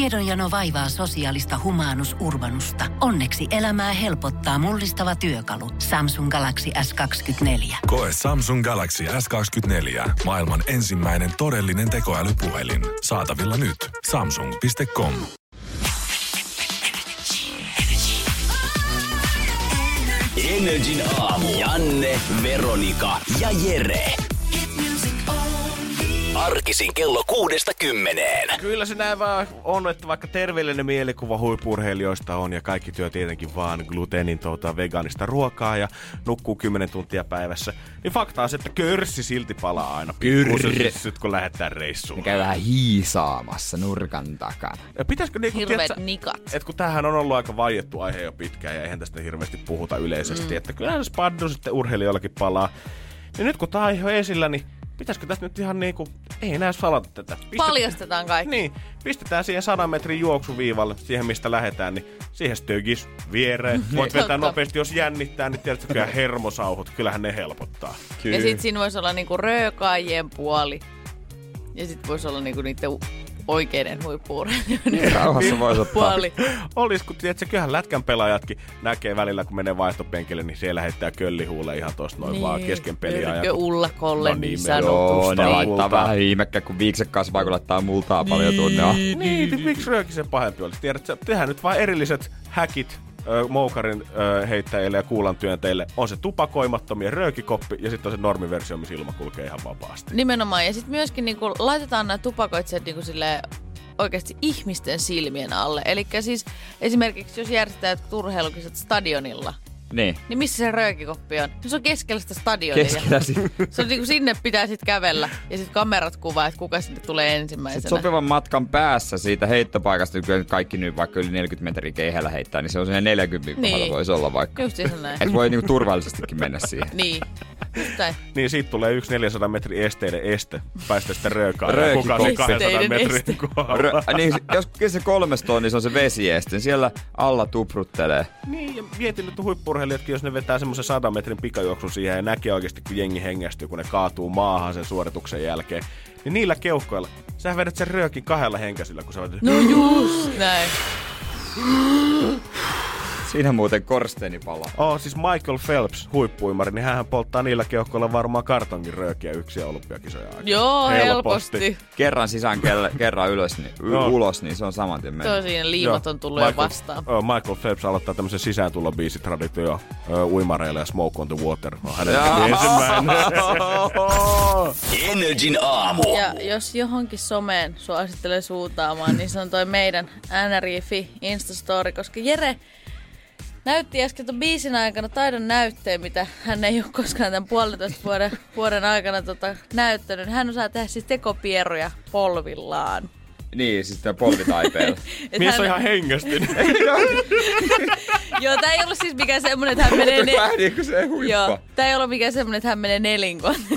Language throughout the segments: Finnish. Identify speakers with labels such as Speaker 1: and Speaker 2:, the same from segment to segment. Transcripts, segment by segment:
Speaker 1: Tiedonjano vaivaa sosiaalista humanus urbanusta. Onneksi elämää helpottaa mullistava työkalu. Samsung Galaxy S24.
Speaker 2: Koe Samsung Galaxy S24. Maailman ensimmäinen todellinen tekoälypuhelin. Saatavilla nyt. Samsung.com.
Speaker 3: Energin aamu. Janne, Veronika ja Jere. Arkisin kello kuudesta kymmeneen.
Speaker 4: Kyllä se näin vaan on, että vaikka terveellinen mielikuva huippurheilijoista on ja kaikki työ tietenkin vaan gluteenin tuota, vegaanista ruokaa ja nukkuu 10 tuntia päivässä, niin fakta on se, että körssi silti palaa aina pikkuisesti, kun lähdetään reissuun.
Speaker 5: Ne käy vähän hiisaamassa nurkan takana.
Speaker 4: Ja Pitäisikö niinku,
Speaker 6: Hirveet
Speaker 4: tiedätkö,
Speaker 6: nikat.
Speaker 4: et kun tämähän on ollut aika vaiettu aihe jo pitkään ja eihän tästä hirveästi puhuta yleisesti, mm. että kyllähän se spaddu sitten urheilijoillakin palaa. Niin nyt kun tämä aihe on esillä, niin pitäisikö tästä nyt ihan niinku, ei enää salata tätä. Pistä-
Speaker 6: Paljastetaan kaikki.
Speaker 4: Niin, pistetään siihen 100 metrin juoksuviivalle, siihen mistä lähdetään, niin siihen stögis viereen. Voit vetää
Speaker 6: Totta.
Speaker 4: nopeasti, jos jännittää, niin tiedätkö, kyllä hermosauhut, kyllähän ne helpottaa. Niin
Speaker 6: Ja sit siinä voisi olla niinku röökaajien puoli. Ja sit voisi olla niinku niiden u- oikeiden huippuurheilijoiden
Speaker 5: Rauhassa voisi ottaa.
Speaker 6: puoli.
Speaker 4: Olis, kun tiedätkö, kyllähän lätkän pelaajatkin näkee välillä, kun menee vaihtopenkille, niin siellä heittää köllihuule ihan tosta noin vaan
Speaker 6: Niin.
Speaker 4: kesken peliä.
Speaker 6: Nyrkkö ullakolle,
Speaker 4: No
Speaker 6: niin
Speaker 4: niin,
Speaker 5: Joo,
Speaker 6: sanotusti.
Speaker 5: ne laittaa
Speaker 4: multaa.
Speaker 5: vähän viimekkä, kun viikset kasvaa, kun laittaa multaa paljon tunne on.
Speaker 4: Niin, niin miksi röökisen pahempi olisi? Tiedätkö, tehdään nyt vain erilliset häkit ö, moukarin ö, heittäjille ja kuulan työnteille. On se tupakoimattomien röökikoppi ja sitten on se normiversio, missä ilma kulkee ihan vapaasti.
Speaker 6: Nimenomaan. Ja sitten myöskin niinku, laitetaan nämä tupakoitsijat niinku sille oikeasti ihmisten silmien alle. Eli siis esimerkiksi jos järjestetään jotkut urheilukisat stadionilla,
Speaker 5: Niin.
Speaker 6: niin missä se röökikoppi on? No Se on keskellä sitä stadionia.
Speaker 5: Keskellä sit-
Speaker 6: Se on niinku, sinne pitää sitten kävellä ja sitten kamerat kuvaa, että kuka sinne tulee ensimmäisenä.
Speaker 5: Sitten sopivan matkan päässä siitä heittopaikasta, kun kaikki nyt vaikka yli 40 metriä keihällä heittää, niin se on siihen 40
Speaker 6: Niin.
Speaker 5: kohdalla voisi olla vaikka.
Speaker 6: Justiinsa näin.
Speaker 5: Et voi niinku turvallisestikin mennä siihen.
Speaker 6: Niin. Just näin.
Speaker 4: Niin siitä tulee yksi 400 metrin esteiden este. Päästä sitten röökaan.
Speaker 5: Röökikoppi.
Speaker 4: Kuka se
Speaker 6: Esteiden
Speaker 4: 200
Speaker 6: este.
Speaker 4: metrin kohdalla.
Speaker 5: Rö, niin, jos kyllä se kolmestoon, niin se on se vesiesten. Siellä alla tupruttelee.
Speaker 4: Niin, ja mietin nyt huippurheilijatkin, jos ne vetää semmoisen 100 metrin pikajuoksun siihen ja näkee oikeasti, kun jengi hengästyy, kun ne kaatuu maahan sen suorituksen jälkeen. Niin niillä keuhkoilla, sä vedät sen röökin kahdella henkäsillä, kun sä vedät...
Speaker 6: No just näin.
Speaker 5: Siinä muuten korsteeni palaa.
Speaker 4: Oh, siis Michael Phelps, huippuimari, niin hän polttaa niillä keuhkoilla varmaan kartonkin röökiä yksiä olympiakisoja aikana.
Speaker 6: Joo, helposti.
Speaker 5: Kerran sisään, kelle, kerran ylös, niin, y-
Speaker 4: Joo.
Speaker 5: ulos, niin se on saman tien
Speaker 6: Se on
Speaker 5: mennyt.
Speaker 6: siinä liimat
Speaker 4: Joo,
Speaker 6: on tullut jo vastaan.
Speaker 4: Joo, Michael Phelps aloittaa tämmöisen sisääntulobiisin traditio ö, uimareilla ja Smoke on the Water. On hänen
Speaker 5: Jaa.
Speaker 4: ensimmäinen.
Speaker 3: Energin aamu.
Speaker 6: Ja jos johonkin someen suosittelen suuntaamaan, niin se on toi meidän NRIFI Instastory, koska Jere näytti äsken ton biisin aikana taidon näytteen, mitä hän ei ole koskaan tämän puolentoista vuoden, vuoden aikana tota, näyttänyt. Hän osaa tehdä siis tekopieruja polvillaan.
Speaker 5: Niin, siis tämä polvitaipeella.
Speaker 6: Et
Speaker 4: Mies
Speaker 6: hän-
Speaker 4: on ihan hengästynyt.
Speaker 6: Joo, tää ei ollut siis mikään semmonen, että hän menee...
Speaker 5: Vähän niin kuin se
Speaker 6: Joo,
Speaker 5: huippa.
Speaker 6: tää ei ollut mikään semmonen, että hän menee nelinkoon.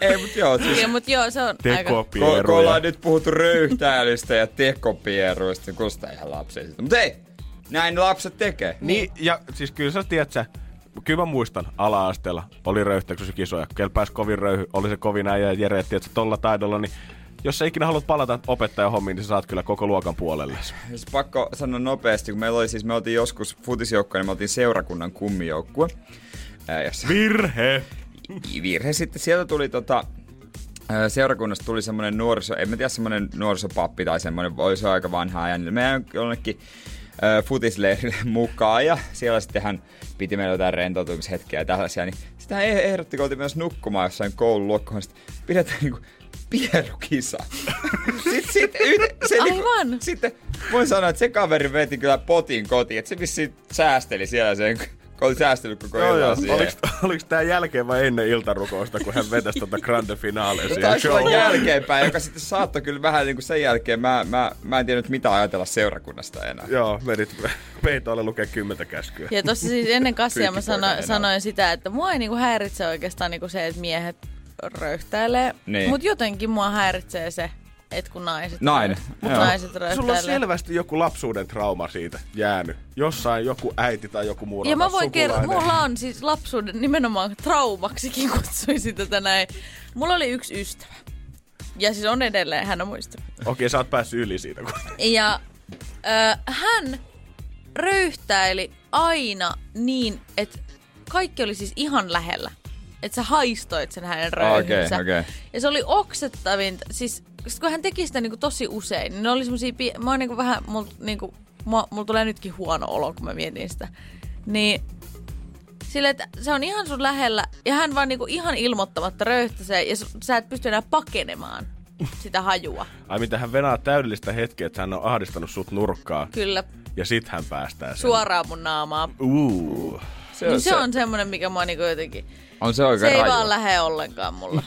Speaker 5: Ei, mut joo, siis
Speaker 6: Ja, mut joo, se on aika...
Speaker 5: Kun, kun
Speaker 4: Tekopieruja.
Speaker 5: ollaan nyt puhuttu röyhtäilystä ja tekopieruista, niin kuulostaa ihan lapsellisilta. Mutta ei, näin lapset tekee.
Speaker 4: Niin, ja siis kyllä sä tiedät sä, kyllä mä muistan ala-asteella, oli röyhtäyksessä kisoja, kel pääsi kovin röyhy, oli se kovin äijä ja Jere, tiedät sä, tolla taidolla, niin jos sä ikinä haluat palata opettajan hommiin, niin sä saat kyllä koko luokan puolelle.
Speaker 5: Siis pakko sanoa nopeasti, kun meillä oli siis, me oltiin joskus futisjoukkoja, niin me oltiin seurakunnan kummijoukkue. Ää, jossa
Speaker 4: Virhe!
Speaker 5: virhe sitten. Sieltä tuli tota, ää, seurakunnasta tuli semmoinen nuoriso, en mä tiedä semmoinen nuorisopappi tai semmoinen, voi se on aika vanha ajan. Niin meidän jonnekin ää, futisleirille mukaan ja siellä sitten hän piti meillä jotain rentoutumishetkiä ja tällaisia. Niin sitten hän eh- ehdotti, kun oltiin myös nukkumaan jossain koululuokkoon, sitten pidetään niinku pierukisa. sitten sit, yht, se
Speaker 6: Aivan.
Speaker 5: Niinku, sitten voin sanoa, että se kaveri veti kyllä potin kotiin, että se vissiin säästeli siellä sen, kun oli säästellyt koko
Speaker 4: Joo, joo.
Speaker 5: illan siihen.
Speaker 4: Oliks, oliks tää jälkeen vai ennen iltarukousta, kun hän vetäs tota grande finaalea
Speaker 5: Se taisi olla
Speaker 4: showhun?
Speaker 5: jälkeenpäin, joka sitten saattoi kyllä vähän niin kuin sen jälkeen. Mä, mä, mä en tiennyt mitä ajatella seurakunnasta enää.
Speaker 6: No
Speaker 4: Joo, menit peitolle lukee kymmentä käskyä.
Speaker 6: Ja tossa siis ennen kassia mä
Speaker 5: Pyykkipoika
Speaker 6: sano,
Speaker 5: enää.
Speaker 6: sanoin sitä, että mua ei niinku häiritse oikeastaan niinku se, että miehet röyhtäilee.
Speaker 5: Niin.
Speaker 6: Mut jotenkin mua häiritsee se, että kun naiset,
Speaker 5: Nainen,
Speaker 6: Mut
Speaker 5: joo.
Speaker 6: naiset
Speaker 4: Sulla on
Speaker 6: röyhtäilee.
Speaker 4: selvästi joku lapsuuden trauma siitä jäänyt. Jossain joku äiti tai joku muu
Speaker 6: ja mä
Speaker 4: rakas
Speaker 6: voin kertoa,
Speaker 4: sukulainen.
Speaker 6: mulla on siis lapsuuden nimenomaan traumaksikin kutsuisin tätä näin. Mulla oli yksi ystävä. Ja siis on edelleen, hän on muistanut.
Speaker 4: Okei, sä oot päässyt yli siitä. Kun...
Speaker 6: Ja ö, hän röyhtäili aina niin, että kaikki oli siis ihan lähellä. Että sä haistoit sen hänen röyhynsä.
Speaker 5: Okei, okei.
Speaker 6: Ja se oli oksettavinta. Siis sit kun hän teki sitä niinku tosi usein, niin ne oli semmosia... Pie- mä oon niinku vähän... Mul, niinku, mua, mulla tulee nytkin huono olo, kun mä mietin sitä. Niin Sille, että se on ihan sun lähellä ja hän vaan niinku ihan ilmoittamatta röyhtäsee ja s- sä et pysty enää pakenemaan sitä hajua.
Speaker 4: Ai mitä hän venaa täydellistä hetkeä, että hän on ahdistanut sut nurkkaa.
Speaker 6: Kyllä,
Speaker 4: Ja sit hän päästää sen.
Speaker 6: suoraan mun naamaa.
Speaker 4: Uu.
Speaker 5: Se,
Speaker 6: Niin se on semmoinen, mikä mua niinku jotenkin...
Speaker 5: on se
Speaker 6: Se
Speaker 5: oikein
Speaker 6: ei
Speaker 5: raju.
Speaker 6: vaan lähe ollenkaan mulla.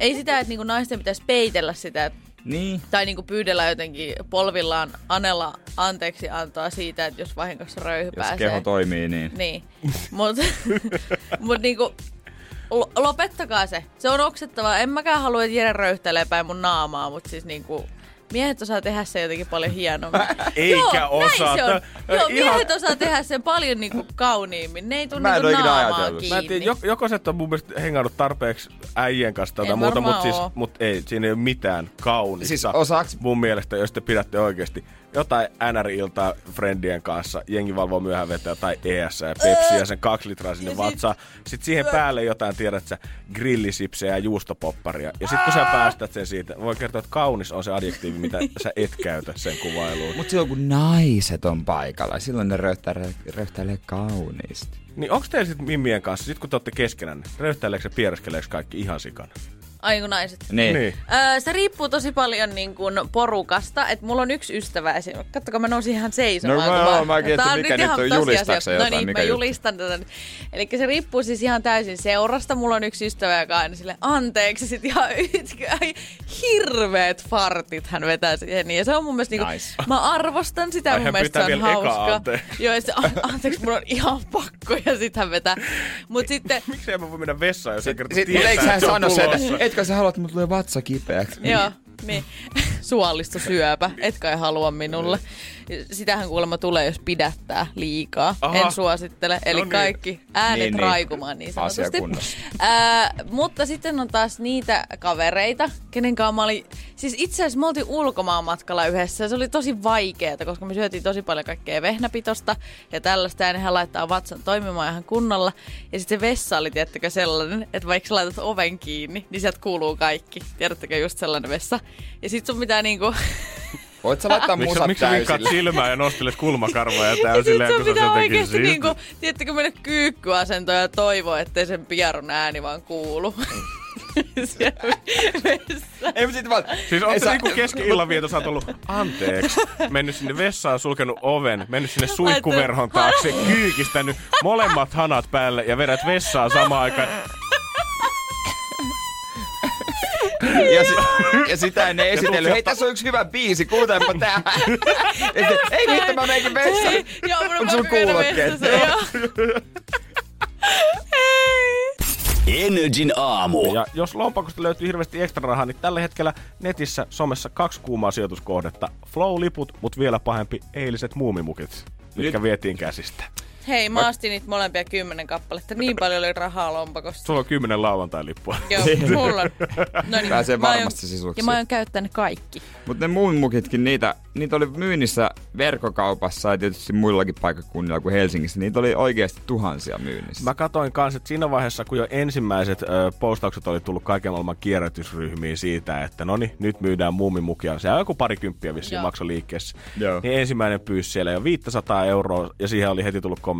Speaker 6: ei sitä, että niinku naisten pitäisi peitellä sitä,
Speaker 5: Niin.
Speaker 6: tai niinku pyydellä jotenkin polvillaan anella anteeksi antaa siitä, että jos vahingossa röyhy
Speaker 5: Jos
Speaker 6: pääsee.
Speaker 5: keho toimii, niin.
Speaker 6: Niin. Mut, mut niinku, lo- lopettakaa se. Se on oksettavaa. En mäkään halua, että Jere röyhtäilee päin mun naamaa, mut siis niinku... Miehet osaa tehdä se jotenkin paljon hienommin.
Speaker 4: Eikä
Speaker 6: Joo,
Speaker 4: osaa.
Speaker 6: Näin se on.
Speaker 4: Tää-
Speaker 6: Joo,
Speaker 4: ihan-
Speaker 6: miehet osaa tehdä sen paljon niinku kauniimmin. Ne ei tule
Speaker 5: Mä en
Speaker 6: niinku
Speaker 5: oo ikinä
Speaker 6: naamaa
Speaker 5: ajatellut.
Speaker 6: kiinni.
Speaker 4: Mä en tiedä, jo- joko sä et ole mun mielestä hengannut tarpeeksi äijien kanssa tai
Speaker 6: Ei
Speaker 4: jotain muuta,
Speaker 6: varmaan
Speaker 4: mutta siis,
Speaker 6: oo.
Speaker 4: mut ei, siinä ei ole mitään kaunista.
Speaker 5: Siis osaaks-
Speaker 4: Mun mielestä, jos te pidätte oikeasti jotain NR-iltaa friendien kanssa, jengi valvoo myöhään vetää tai E ES ja Pepsiä, sen kaksi litraa sinne
Speaker 6: Ja sit-
Speaker 4: vatsaan. Sitten siihen päälle jotain, tiedät sä, grillisipsejä ja juustopopparia. Ja sitten kun sä päästät sen siitä, voi kertoa, että kaunis on se adjektiivi, mitä sä et käytä sen kuvailuun.
Speaker 5: Mut silloin kun naiset on paikalla, silloin ne röyhtäilee, röyhtäilee kauniisti.
Speaker 4: Niin onko teillä sitten mimmien kanssa, sit kun te olette keskenään, röyhtäileekö se piereskeleekö kaikki ihan sikana?
Speaker 6: Ai kun naiset.
Speaker 5: Niin.
Speaker 4: Niin.
Speaker 6: Öö, se riippuu tosi paljon niin kuin porukasta, että mulla on yksi ystävä esimerkiksi. Kattokaa, mä nousin ihan seisomaan.
Speaker 5: No
Speaker 6: kun
Speaker 5: mä-
Speaker 6: mä-
Speaker 5: mä- mäkin, että
Speaker 6: Tää
Speaker 5: mikä
Speaker 6: ihan
Speaker 5: nyt on,
Speaker 6: tosiasia.
Speaker 5: julistaksä jotain,
Speaker 6: No niin,
Speaker 5: mikä
Speaker 6: mä
Speaker 5: juttu?
Speaker 6: julistan tätä. Eli se riippuu siis ihan täysin seurasta. Mulla on yksi ystävä, joka aina sille anteeksi, sit ihan ytky, ai, hirveet fartit hän vetää siihen. Ja se on mun mielestä, niinku,
Speaker 5: Nice.
Speaker 6: mä arvostan sitä,
Speaker 4: Ai,
Speaker 6: mun
Speaker 4: hän
Speaker 6: mielestä se on
Speaker 4: pyytää vielä eka
Speaker 6: hauska.
Speaker 4: anteeksi.
Speaker 6: Joo, ja se, "An- anteeksi, mulla on ihan pakko, ja sit hän vetää. Mut sitten,
Speaker 4: Miksi mä voi mennä vessaan, jos ei kerta
Speaker 5: Sitten
Speaker 4: tietää,
Speaker 5: eikö hän
Speaker 4: että se on
Speaker 5: sano sen,
Speaker 4: tulossa?
Speaker 5: että etkö sä halua, että mulla tulee vatsa kipeäksi?
Speaker 6: Joo, niin. Suolistosyöpä, et kai halua minulle. Sitähän kuulemma tulee, jos pidättää liikaa.
Speaker 4: Aha.
Speaker 6: Aha. En suosittele. Eli
Speaker 4: No niin.
Speaker 6: kaikki äänet
Speaker 5: Niin,
Speaker 6: niin,
Speaker 5: niin.
Speaker 6: raikumaan niin
Speaker 5: Asia
Speaker 6: sanotusti.
Speaker 5: kunnossa.
Speaker 6: Ää, mutta sitten on taas niitä kavereita, kenen kanssa mä olin... Siis itse asiassa me oltiin ulkomaanmatkalla yhdessä ja se oli tosi vaikeaa, koska me syötiin tosi paljon kaikkea vehnäpitosta ja tällaista. Ja nehän laittaa vatsan toimimaan ihan kunnolla. Ja sitten se vessa oli, tiedättekö, sellainen, että vaikka sä laitat oven kiinni, niin sieltä kuuluu kaikki. Tiedättekö, just sellainen vessa. Ja sit sun pitää niinku...
Speaker 5: Voit sä laittaa
Speaker 4: Miksi,
Speaker 5: musat
Speaker 4: miksi sä vinkkaat
Speaker 5: täysille?
Speaker 4: silmää ja nostelet kulmakarvoja
Speaker 6: Ja sit
Speaker 4: täysillä,
Speaker 6: sun
Speaker 4: kun se on
Speaker 6: pitää
Speaker 4: jotenkin
Speaker 6: oikeesti
Speaker 4: siisti?
Speaker 6: niinku, tiedättekö, mennä kyykkyasentoon ja toivoa, ettei sen piarun ääni vaan kuulu. Siellä vessassa.
Speaker 5: Ei, mut sit vaan...
Speaker 4: Siis
Speaker 5: ei
Speaker 4: on se
Speaker 5: sä-
Speaker 4: niinku keski-illan vieto, sä oot ollut anteeksi, mennyt sinne vessaan, sulkenut oven, mennyt sinne suihkuverhon taakse, kyykistänyt molemmat hanat päälle ja vedät vessaan samaan aikaan.
Speaker 5: Ja, si- ja sitä ennen esitellyt.
Speaker 4: sieltä-
Speaker 5: Hei, tässä on yksi hyvä biisi, kuuntelepa tää. Ja sit, Ei vittu, mä meikin vessaan.
Speaker 6: Ei, Joo, mun on
Speaker 5: Onks sulla
Speaker 6: pakko käydä
Speaker 5: kuulokkeet?
Speaker 6: vessassa, joo.
Speaker 3: Energin aamu.
Speaker 4: Ja jos lompakosta löytyy hirveästi ekstra rahaa, niin tällä hetkellä netissä somessa kaksi kuumaa sijoituskohdetta. Flow-liput, mutta vielä pahempi eiliset muumimukit, mitkä vietiin käsistä.
Speaker 6: Hei, mä ostin niitä molempia kymmenen kappaletta. Niin paljon oli rahaa lompakossa.
Speaker 4: Sulla on kymmenen lauantai-lippua.
Speaker 6: Joo, mulla on. No niin,
Speaker 5: Pääsee
Speaker 6: mä aion-
Speaker 5: varmasti sisuksi.
Speaker 6: Ja mä oon käyttänyt kaikki.
Speaker 5: Mutta ne muumimukitkin, niitä, niitä oli myynnissä verkkokaupassa ja tietysti muillakin paikkakunnilla kuin Helsingissä. Niitä oli oikeasti tuhansia myynnissä.
Speaker 4: Mä katoin kans, että siinä vaiheessa, kun jo ensimmäiset ö, postaukset oli tullut kaiken maailman kierrätysryhmiin siitä, että no niin, nyt myydään muumimukia. Se on joku parikymppiä vissiin
Speaker 6: Joo.
Speaker 4: maksoliikkeessä.
Speaker 5: Joo.
Speaker 4: Niin ensimmäinen pyysi siellä jo 500 euroa ja siihen oli heti tullut kommentit.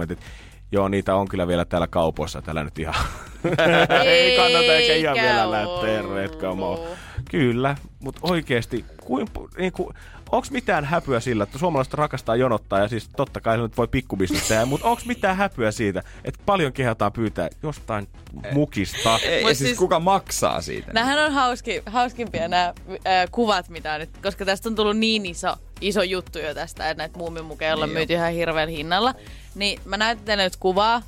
Speaker 4: Joo, niitä on kyllä vielä täällä kaupoissa, täällä nyt ihan... Ei kannata eikä ihan vielä lähteä
Speaker 6: ollut.
Speaker 4: retkamaan. Kyllä, mutta oikeesti, kuin, niin kuin, onks mitään häpyä sillä, että suomalaiset rakastaa jonottaa ja siis totta kai se nyt voi pikkubisnes tehdä, mutta onks mitään häpyä siitä, että paljon kehataan pyytää jostain mukista?
Speaker 5: Ei,
Speaker 6: Mut
Speaker 5: siis, siis
Speaker 6: siis-
Speaker 5: kuka maksaa siitä?
Speaker 6: Nämähän on hauski, hauskimpia nämä äh, kuvat, mitä on nyt, koska tästä on tullut niin iso, iso juttu jo tästä, että näitä muumimukeja ollaan
Speaker 5: Niin
Speaker 6: myyty ihan hirveän hinnalla. Niin mä näytän teille nyt kuvaa.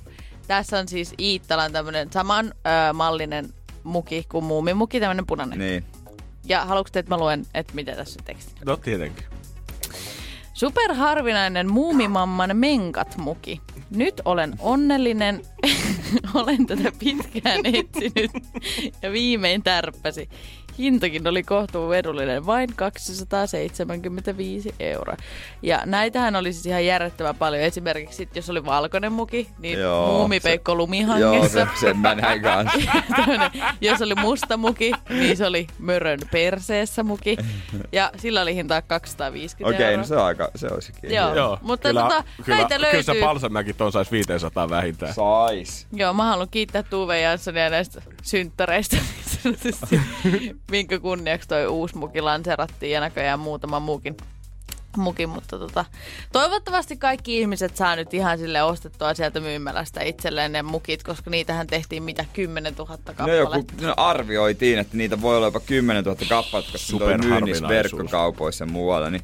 Speaker 6: Tässä on siis Iittalan tämmönen saman äh, mallinen muki kuin muumimuki, tämmönen punainen.
Speaker 5: Niin.
Speaker 6: Ja haluatko te, että mä luen, että mitä tässä on teksti?
Speaker 4: No tietenkin.
Speaker 6: Superharvinainen muumimamman menkatmuki. Nyt olen onnellinen. olen tätä pitkään etsinyt ja viimein tärppäsi. hintakin oli kohtuu edullinen, vain 275 euroa. Ja näitähän oli siis ihan järjettömän paljon. Esimerkiksi sit, jos oli valkoinen muki, niin
Speaker 5: Joo,
Speaker 6: muumipeikko
Speaker 5: Joo,
Speaker 6: lumihangessa.
Speaker 5: se, sen mä näin kanssa.
Speaker 6: Tämmönen, jos oli musta muki, niin se oli mörön perseessä muki. Ja sillä oli hintaa
Speaker 5: Okei,
Speaker 6: 250
Speaker 5: okay,
Speaker 6: euroa.
Speaker 5: no se on aika, se olisikin.
Speaker 6: Joo. Joo. Mutta tota, näitä
Speaker 4: Kyllä se
Speaker 6: löytyy.
Speaker 4: Palsamäki ton saisi 500 vähintään.
Speaker 5: Sais.
Speaker 6: Joo, mä haluan kiittää Tuve Janssonia näistä synttäreistä, niin sanotusti, minkä kunniaksi toi uusi muki lanserattiin ja näköjään muutama muukin. Muki, mutta tota, toivottavasti kaikki ihmiset saa nyt ihan sille ostettua sieltä myymälästä itselleen ne mukit, koska niitähän tehtiin mitä 10 000 kappaletta.
Speaker 5: No joku, no arvioitiin, että niitä voi olla jopa 10 000 kappaletta, koska ne on myynnissä
Speaker 4: Superharvinaisuus.
Speaker 5: verkkokaupoissa ja muualla, niin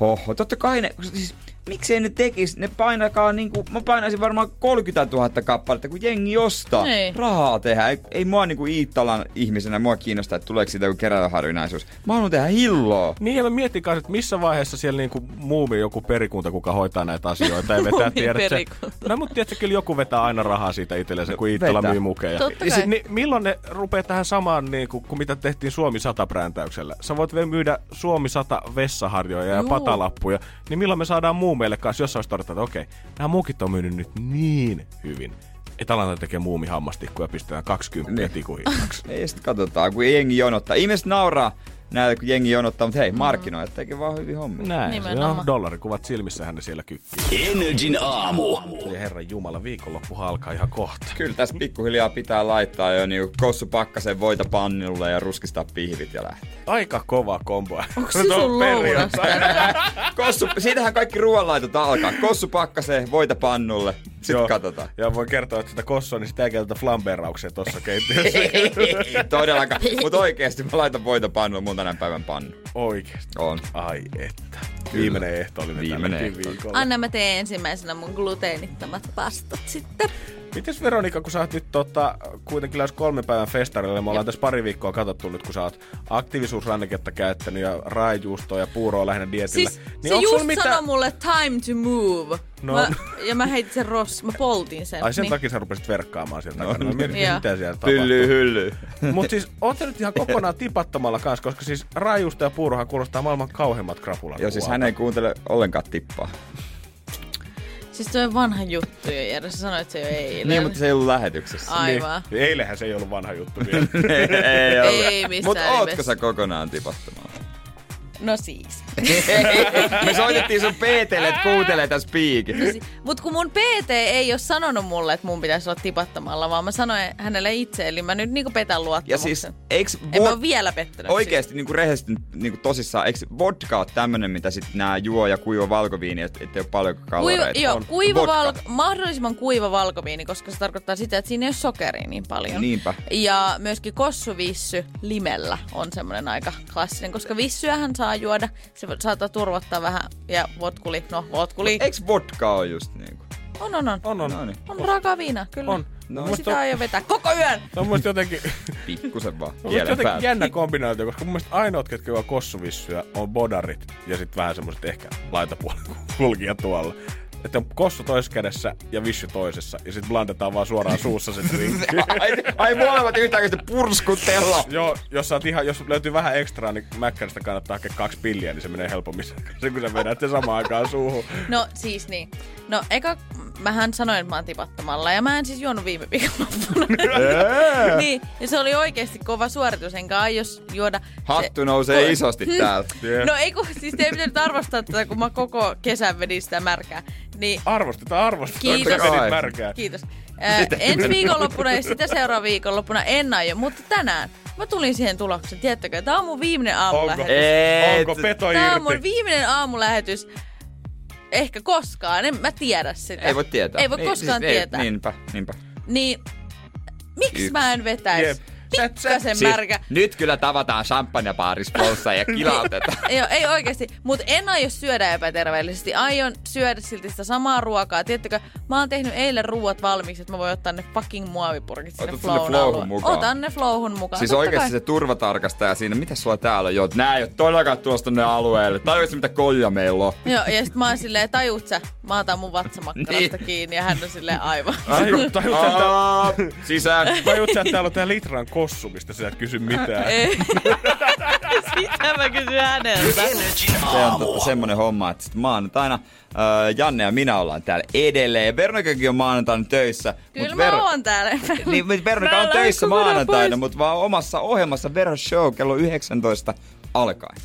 Speaker 5: hoho. Totta kai ne, siis, miksei ne tekis, ne painakaa niinku, mä painaisin varmaan 30 000 kappaletta, kun jengi ostaa.
Speaker 6: Niin.
Speaker 5: Rahaa tehdä. Ei, ei mua niinku Iittalan ihmisenä, mua kiinnostaa, että tuleeko siitä joku keräilyharvinaisuus. Mä haluan tehdä hilloa.
Speaker 4: Niin ja mä mietin kanssa, että missä vaiheessa siellä niinku muumi joku perikunta, kuka hoitaa näitä asioita. Ja
Speaker 6: Niin,
Speaker 4: vetää, tiedätkö,
Speaker 6: Muumiperikunta.
Speaker 4: no mutta tiedätkö, kyllä joku vetää aina rahaa siitä itsellensä, kun Iittala
Speaker 5: vetää.
Speaker 4: myy mukeja.
Speaker 6: Totta
Speaker 4: Ja sit,
Speaker 6: kai.
Speaker 4: niin, milloin ne rupeaa tähän samaan, niin kuin, kuin mitä tehtiin Suomi 100 präntäyksellä? Sä voit vielä myydä Suomi 100 vessaharjoja ja
Speaker 6: Juu.
Speaker 4: patalappuja. Niin milloin me saadaan muumeille kanssa jossain todeta, että okei, nämä muukit on myynyt nyt niin hyvin, että aletaan tekee muumihammastikkuja ja pistetään 20
Speaker 5: Niin.
Speaker 4: niin. tikun hinnaksi.
Speaker 5: Ei sitten katsotaan, kun jengi jonottaa. Ihmiset nauraa näillä, kun jengi jonottaa, mutta hei, markkinoijat tekee vaan hyvin hommia.
Speaker 4: Näin, se
Speaker 6: Nimenomaan.
Speaker 4: on dollarikuvat silmissähän ne siellä kykkii.
Speaker 3: Energin aamu.
Speaker 4: Ja herran jumala, viikonloppuhan alkaa ihan kohta.
Speaker 5: Kyllä tässä pikkuhiljaa pitää laittaa jo niinku kossu pakkasen voita pannulle ja ruskistaa pihvit ja lähteä.
Speaker 4: Aika kova kombo.
Speaker 6: Onko se sun lounas?
Speaker 5: Kossu, siitähän kaikki ruoanlaitot alkaa. Kossu pakkaseen, voita pannulle, sitten katsotaan.
Speaker 4: Ja voin kertoa, että sitä kossoa, niin sitä ei käytetä flamberauksia tuossa keittiössä.
Speaker 5: Todellakaan. Mutta oikeesti mä laitan voita pannulle mun tänään päivän pannu.
Speaker 4: Oikeesti.
Speaker 5: On.
Speaker 4: Ai että. Viimeinen ehtoollinen
Speaker 5: Viimeinen
Speaker 4: tälläkin
Speaker 5: ehtoollinen.
Speaker 4: viikolla.
Speaker 6: Anna mä teen ensimmäisenä mun gluteenittomat pastat sitten.
Speaker 4: Mites Veronika, kun sä oot nyt tota, kuitenkin lähes kolmen päivän festarilla, ja me ollaan tässä pari viikkoa katsottu nyt, kun sä oot aktiivisuusranneketta käyttänyt ja raajuustoa ja puuroa lähinnä dietillä.
Speaker 6: Siis
Speaker 4: niin
Speaker 6: niin se
Speaker 4: onks
Speaker 6: just
Speaker 4: sulla
Speaker 6: mitä...
Speaker 4: mitään-
Speaker 6: sanoi mulle time to move.
Speaker 4: No.
Speaker 6: No. Mä, ja mä heitin sen ross, mä poltin sen.
Speaker 4: Ai sen niin. takia sä rupesit verkkaamaan sieltä no, takana. Mä mietin,
Speaker 6: Joo.
Speaker 4: mitä siellä tapahtuu.
Speaker 5: Hylly, hylly.
Speaker 4: Mutta siis ootte nyt ihan kokonaan tipattomalla kanssa, koska siis rajusta ja puurohan kuulostaa maailman kauheimmat krapulat.
Speaker 5: Joo, siis hän ei kuuntele ollenkaan tippaa.
Speaker 6: Siis toi on vanha juttu jo, Jere. Sä sanoit se jo eilen.
Speaker 5: Niin, mutta se ei ollut lähetyksessä.
Speaker 6: Aivan.
Speaker 4: Niin. Eilähän se ei ollut vanha juttu vielä.
Speaker 5: ei, ei, ollut.
Speaker 6: Ei missään
Speaker 5: Mut ootko
Speaker 6: nimessä.
Speaker 5: sä kokonaan tipahtamalla? niin.
Speaker 6: No siis.
Speaker 5: Me soitettiin sun Peetelle, että kuuntelee tässä piikin.
Speaker 6: Mut kun mun PT ei ole sanonut mulle, että mun pitäisi olla tipattamalla, vaan mä sanoin hänelle itse, eli mä nyt niinku petän
Speaker 5: Ja
Speaker 6: luottamuksen.
Speaker 5: siis, eiks
Speaker 6: En mä
Speaker 5: vod-
Speaker 6: oo vielä pettänyt
Speaker 5: oikeesti niinku rehellisesti niinku tosissaan, eiks vodka oo tämmönen, mitä sit nää juo ja kuiva valkoviini, et, ettei oo paljon
Speaker 6: Kuiva,
Speaker 5: kaloreita?
Speaker 6: joo,
Speaker 5: On.
Speaker 6: kuiva
Speaker 5: Vodka.
Speaker 6: valko, mahdollisimman kuiva valkoviini, koska se tarkoittaa sitä, että siinä ei ole sokeria niin paljon.
Speaker 5: Niinpä.
Speaker 6: Ja myöskin kossuvissy limellä on semmoinen aika klassinen, koska vissyähän saa juoda. Se vo- saattaa turvottaa vähän ja votkuli, no votkuli.
Speaker 5: Eiks vodka oo just niinku?
Speaker 6: On, on, on.
Speaker 4: on, on.
Speaker 5: No
Speaker 4: No,
Speaker 5: niin,
Speaker 6: On raaka viina, kyllä.
Speaker 4: On.
Speaker 5: No.
Speaker 6: No, Sitä aion vetää koko yön.
Speaker 4: on mun mielestä jotenkin, mun
Speaker 5: pikkusen vaan
Speaker 4: mielestä
Speaker 5: kielen
Speaker 4: jotenkin
Speaker 5: päällä.
Speaker 4: jännä kombinaatio, koska mun mielestä ainoat, ketkä juo kossuvissyä, on bodarit ja sitten vähän semmoiset ehkä laitapuolen kulkija tuolla. Että on kossu toisessa kädessä ja vissy toisessa, ja sitten blandataan vaan suoraan suussa se drinkki.
Speaker 5: Ai, ai molemmat yhtä aikaa purskutella.
Speaker 4: Joo, jos, saat ihan, jos löytyy vähän ekstraa, niin Mäkkäristä kannattaa hakea kaksi pilliä, niin se menee helpommin se, kun sä vedät sen samaan aikaan suuhun.
Speaker 6: No siis niin. No eka, mähän sanoin, että mä oon tipattomalla ja mä en siis juonut viime viikonloppuna. niin, ja se oli oikeasti kova suoritus, enkä aio juoda.
Speaker 5: Hattu nousee
Speaker 6: Toi-
Speaker 5: isosti täällä.
Speaker 6: No ei kun, siis te ei pitänyt arvostaa tätä, kun mä koko kesän vedin sitä märkää. Niin,
Speaker 4: Arvostetaan, arvostetaan,
Speaker 6: Kiitos.
Speaker 4: kun sä
Speaker 5: Ai.
Speaker 4: vedit märkää.
Speaker 6: kiitos. Ää, ensi viikonloppuna ja sitä seuraava viikonloppuna en aio, mutta tänään mä tulin siihen tulokseen. Tiedättekö, tää on mun viimeinen
Speaker 4: Onko,
Speaker 6: aamulähetys.
Speaker 5: Et.
Speaker 4: onko peto
Speaker 6: Tää on mun
Speaker 4: irti?
Speaker 6: viimeinen aamulähetys. Ehkä koskaan, en mä tiedä sitä.
Speaker 5: Ei voi tietää.
Speaker 6: Ei voi koskaan
Speaker 5: ei-
Speaker 6: tietää.
Speaker 5: niinpä, niinpä.
Speaker 6: Niin, miksi
Speaker 5: Yksi.
Speaker 6: mä en vetäis?
Speaker 4: Jep. Sä- sä-
Speaker 6: Pikkasen märkä.
Speaker 5: Siis nyt kyllä tavataan champagnepaarispossa ja kilautetaan.
Speaker 6: Joo, ei oikeasti. Mutta en aio syödä epäterveellisesti. Aion syödä silti sitä samaa ruokaa. Tiedättekö, Mä oon tehnyt eilen ruuat valmiiksi, että mä voin ottaa ne fucking muovipurkit sinne
Speaker 5: Otat sinne
Speaker 6: flown
Speaker 5: flowhun
Speaker 6: alueelle.
Speaker 5: mukaan.
Speaker 6: Otan ne flowhun mukaan.
Speaker 5: Siis
Speaker 6: totta
Speaker 5: oikeasti se
Speaker 6: kai.
Speaker 5: turvatarkastaja siinä, mitä sulla täällä on? Joo, nää ei ole todellakaan tuossa tonne alueelle. Tai oikeesti mitä koja meillä on.
Speaker 6: Joo, ja sit mä oon silleen, tajut sä, mä otan mun vatsamakkarasta
Speaker 5: Niin. Ah.
Speaker 6: kiinni ja hän on silleen aivan.
Speaker 4: Tajut, tajut, sä, että,
Speaker 5: Aa, Sisään.
Speaker 4: tajut sä, että täällä on tää litran kossu, mistä sä et kysy mitään.
Speaker 6: Ei. Sitä mä kysyn häneltä.
Speaker 3: Energin
Speaker 5: Se on
Speaker 3: aamu.
Speaker 5: totta semmonen homma, että sit maanantaina äh, Janne ja minä ollaan täällä edelleen. Ja Veronikakin on maanantaina töissä.
Speaker 6: Kyllä
Speaker 5: mut
Speaker 6: mä
Speaker 5: Vero-
Speaker 6: oon täällä.
Speaker 5: Niin, mutta Veronika on
Speaker 6: Mä lähden
Speaker 5: töissä
Speaker 6: kokonaan
Speaker 5: maanantaina,
Speaker 6: pois.
Speaker 5: mutta vaan omassa ohjelmassa Vero Show kello 19 alkaen.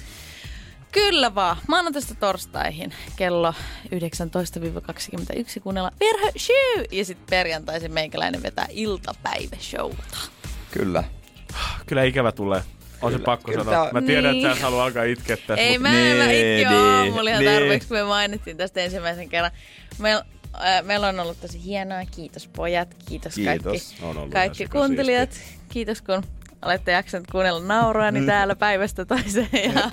Speaker 6: Kyllä vaan. Maanantaista torstaihin kello 19-21 kuunnella Verho Show. Ja sitten perjantaisin meikäläinen vetää iltapäiväshowta.
Speaker 5: Kyllä.
Speaker 4: Kyllä ikävä tulee. On se pakko
Speaker 5: Kyllä
Speaker 4: sanoa.
Speaker 5: tää-
Speaker 4: Mä tiedän,
Speaker 6: Niin.
Speaker 4: että sä et halua alkaa itkeä tässä.
Speaker 6: Ei
Speaker 4: mut-
Speaker 6: mä, niin, mä itke
Speaker 5: niin,
Speaker 6: niin, aamulla ihan
Speaker 5: niin.
Speaker 6: tarpeeksi, kun me mainittiin tästä ensimmäisen kerran. Meillä äh, meillä on ollut tosi hienoa. Kiitos pojat, kiitos,
Speaker 5: Kiitos.
Speaker 6: kaikki,
Speaker 4: On ollut
Speaker 6: kaikki
Speaker 4: ihan sikasiistiä.
Speaker 6: kuuntelijat. Kiitos kun olette jaksanut kuunnella nauroa niin täällä päivästä toiseen. Ja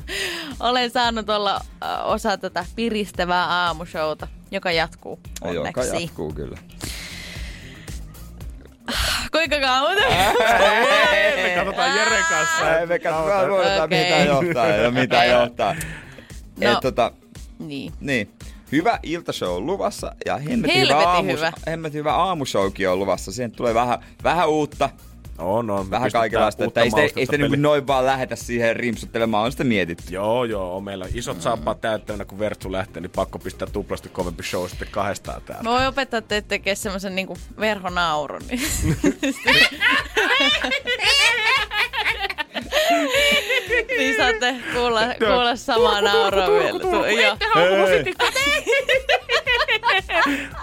Speaker 6: olen saanut olla äh, osa tätä piristävää aamushowta, joka jatkuu
Speaker 5: Joka
Speaker 6: onneksi.
Speaker 5: jatkuu kyllä.
Speaker 6: Kuinka kauan?
Speaker 5: Äh?
Speaker 4: Ei, me katsotaan Jeren kanssa.
Speaker 5: Ei me katsotaan, luodetaan
Speaker 6: Ah. Okei.
Speaker 5: okay. mitä johtaa ja mitä johtaa. No.
Speaker 6: No.
Speaker 5: Et, tota,
Speaker 6: niin.
Speaker 5: niin. Hyvä iltashow on luvassa ja hemmetin
Speaker 6: Helvetin
Speaker 5: hyvä, aamu,
Speaker 6: hyvä.
Speaker 5: hemmetin hyvä aamushowkin on luvassa. Siihen tulee vähän, vähän uutta,
Speaker 4: On, on. Me
Speaker 5: vähän
Speaker 4: pistetään
Speaker 5: kaikenlaista.
Speaker 4: uutta
Speaker 5: Että ei sitä, ei
Speaker 4: maustetta
Speaker 5: sitä niinku
Speaker 4: peliin.
Speaker 5: noin vaan lähetä siihen rimpsuttelemaan, on sitä mietitty.
Speaker 4: Joo, joo, on meillä isot saappaat täyttävänä, kun Vertsu lähtee, niin pakko pistää tuplasti kovempi show sitten kahdestaan täällä.
Speaker 6: Mä voin opettaa teille tekee semmosen niinku verhonaurun. niin- niin saatte kuulla, kuulla samaa naurua vielä. Tu- joo.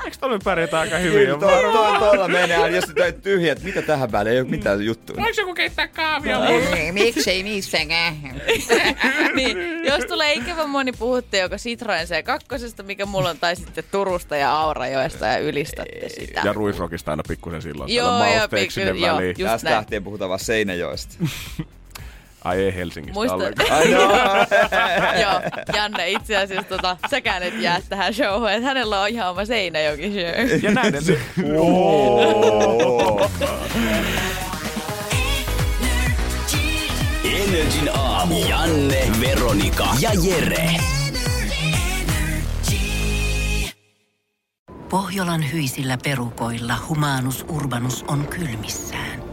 Speaker 4: Eikö toi me pärjätä aika hyvin?
Speaker 5: Kyllä, toi, toi, tuolla menee, aina, jos nyt on tyhjä, että mitä tähän väliin, ei ole
Speaker 4: Mm.
Speaker 5: mitään juttuja.
Speaker 4: No
Speaker 7: Miksei missäkään.
Speaker 6: niin, jos tulee ikävä moni, niin puhutte joko Citroen C2, mikä mulla on, tai sitten Turusta ja Aurajoesta ja ylistätte sitä.
Speaker 4: Ja ruisrokista aina pikkusen silloin.
Speaker 6: Joo,
Speaker 4: Joo,
Speaker 6: joo,
Speaker 4: ja
Speaker 6: pikku-
Speaker 4: pikkusen,
Speaker 6: joo,
Speaker 4: väliin.
Speaker 6: just
Speaker 5: Tästä
Speaker 6: näin.
Speaker 5: lähtien puhutaan vaan Seinäjoesta.
Speaker 4: Ai ei Helsingistä
Speaker 6: Muista,
Speaker 4: ollenkaan.
Speaker 5: Ai joo.
Speaker 6: joo, Janne itse asiassa tota, säkään et jää tähän showhun, että hänellä on ihan oma seinä jokin show.
Speaker 4: Ja näin, että
Speaker 3: Energin aamu. Janne, Veronika ja Jere.
Speaker 1: Pohjolan hyisillä perukoilla humanus urbanus on kylmissään.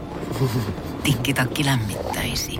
Speaker 1: Tikkitakki lämmittäisi.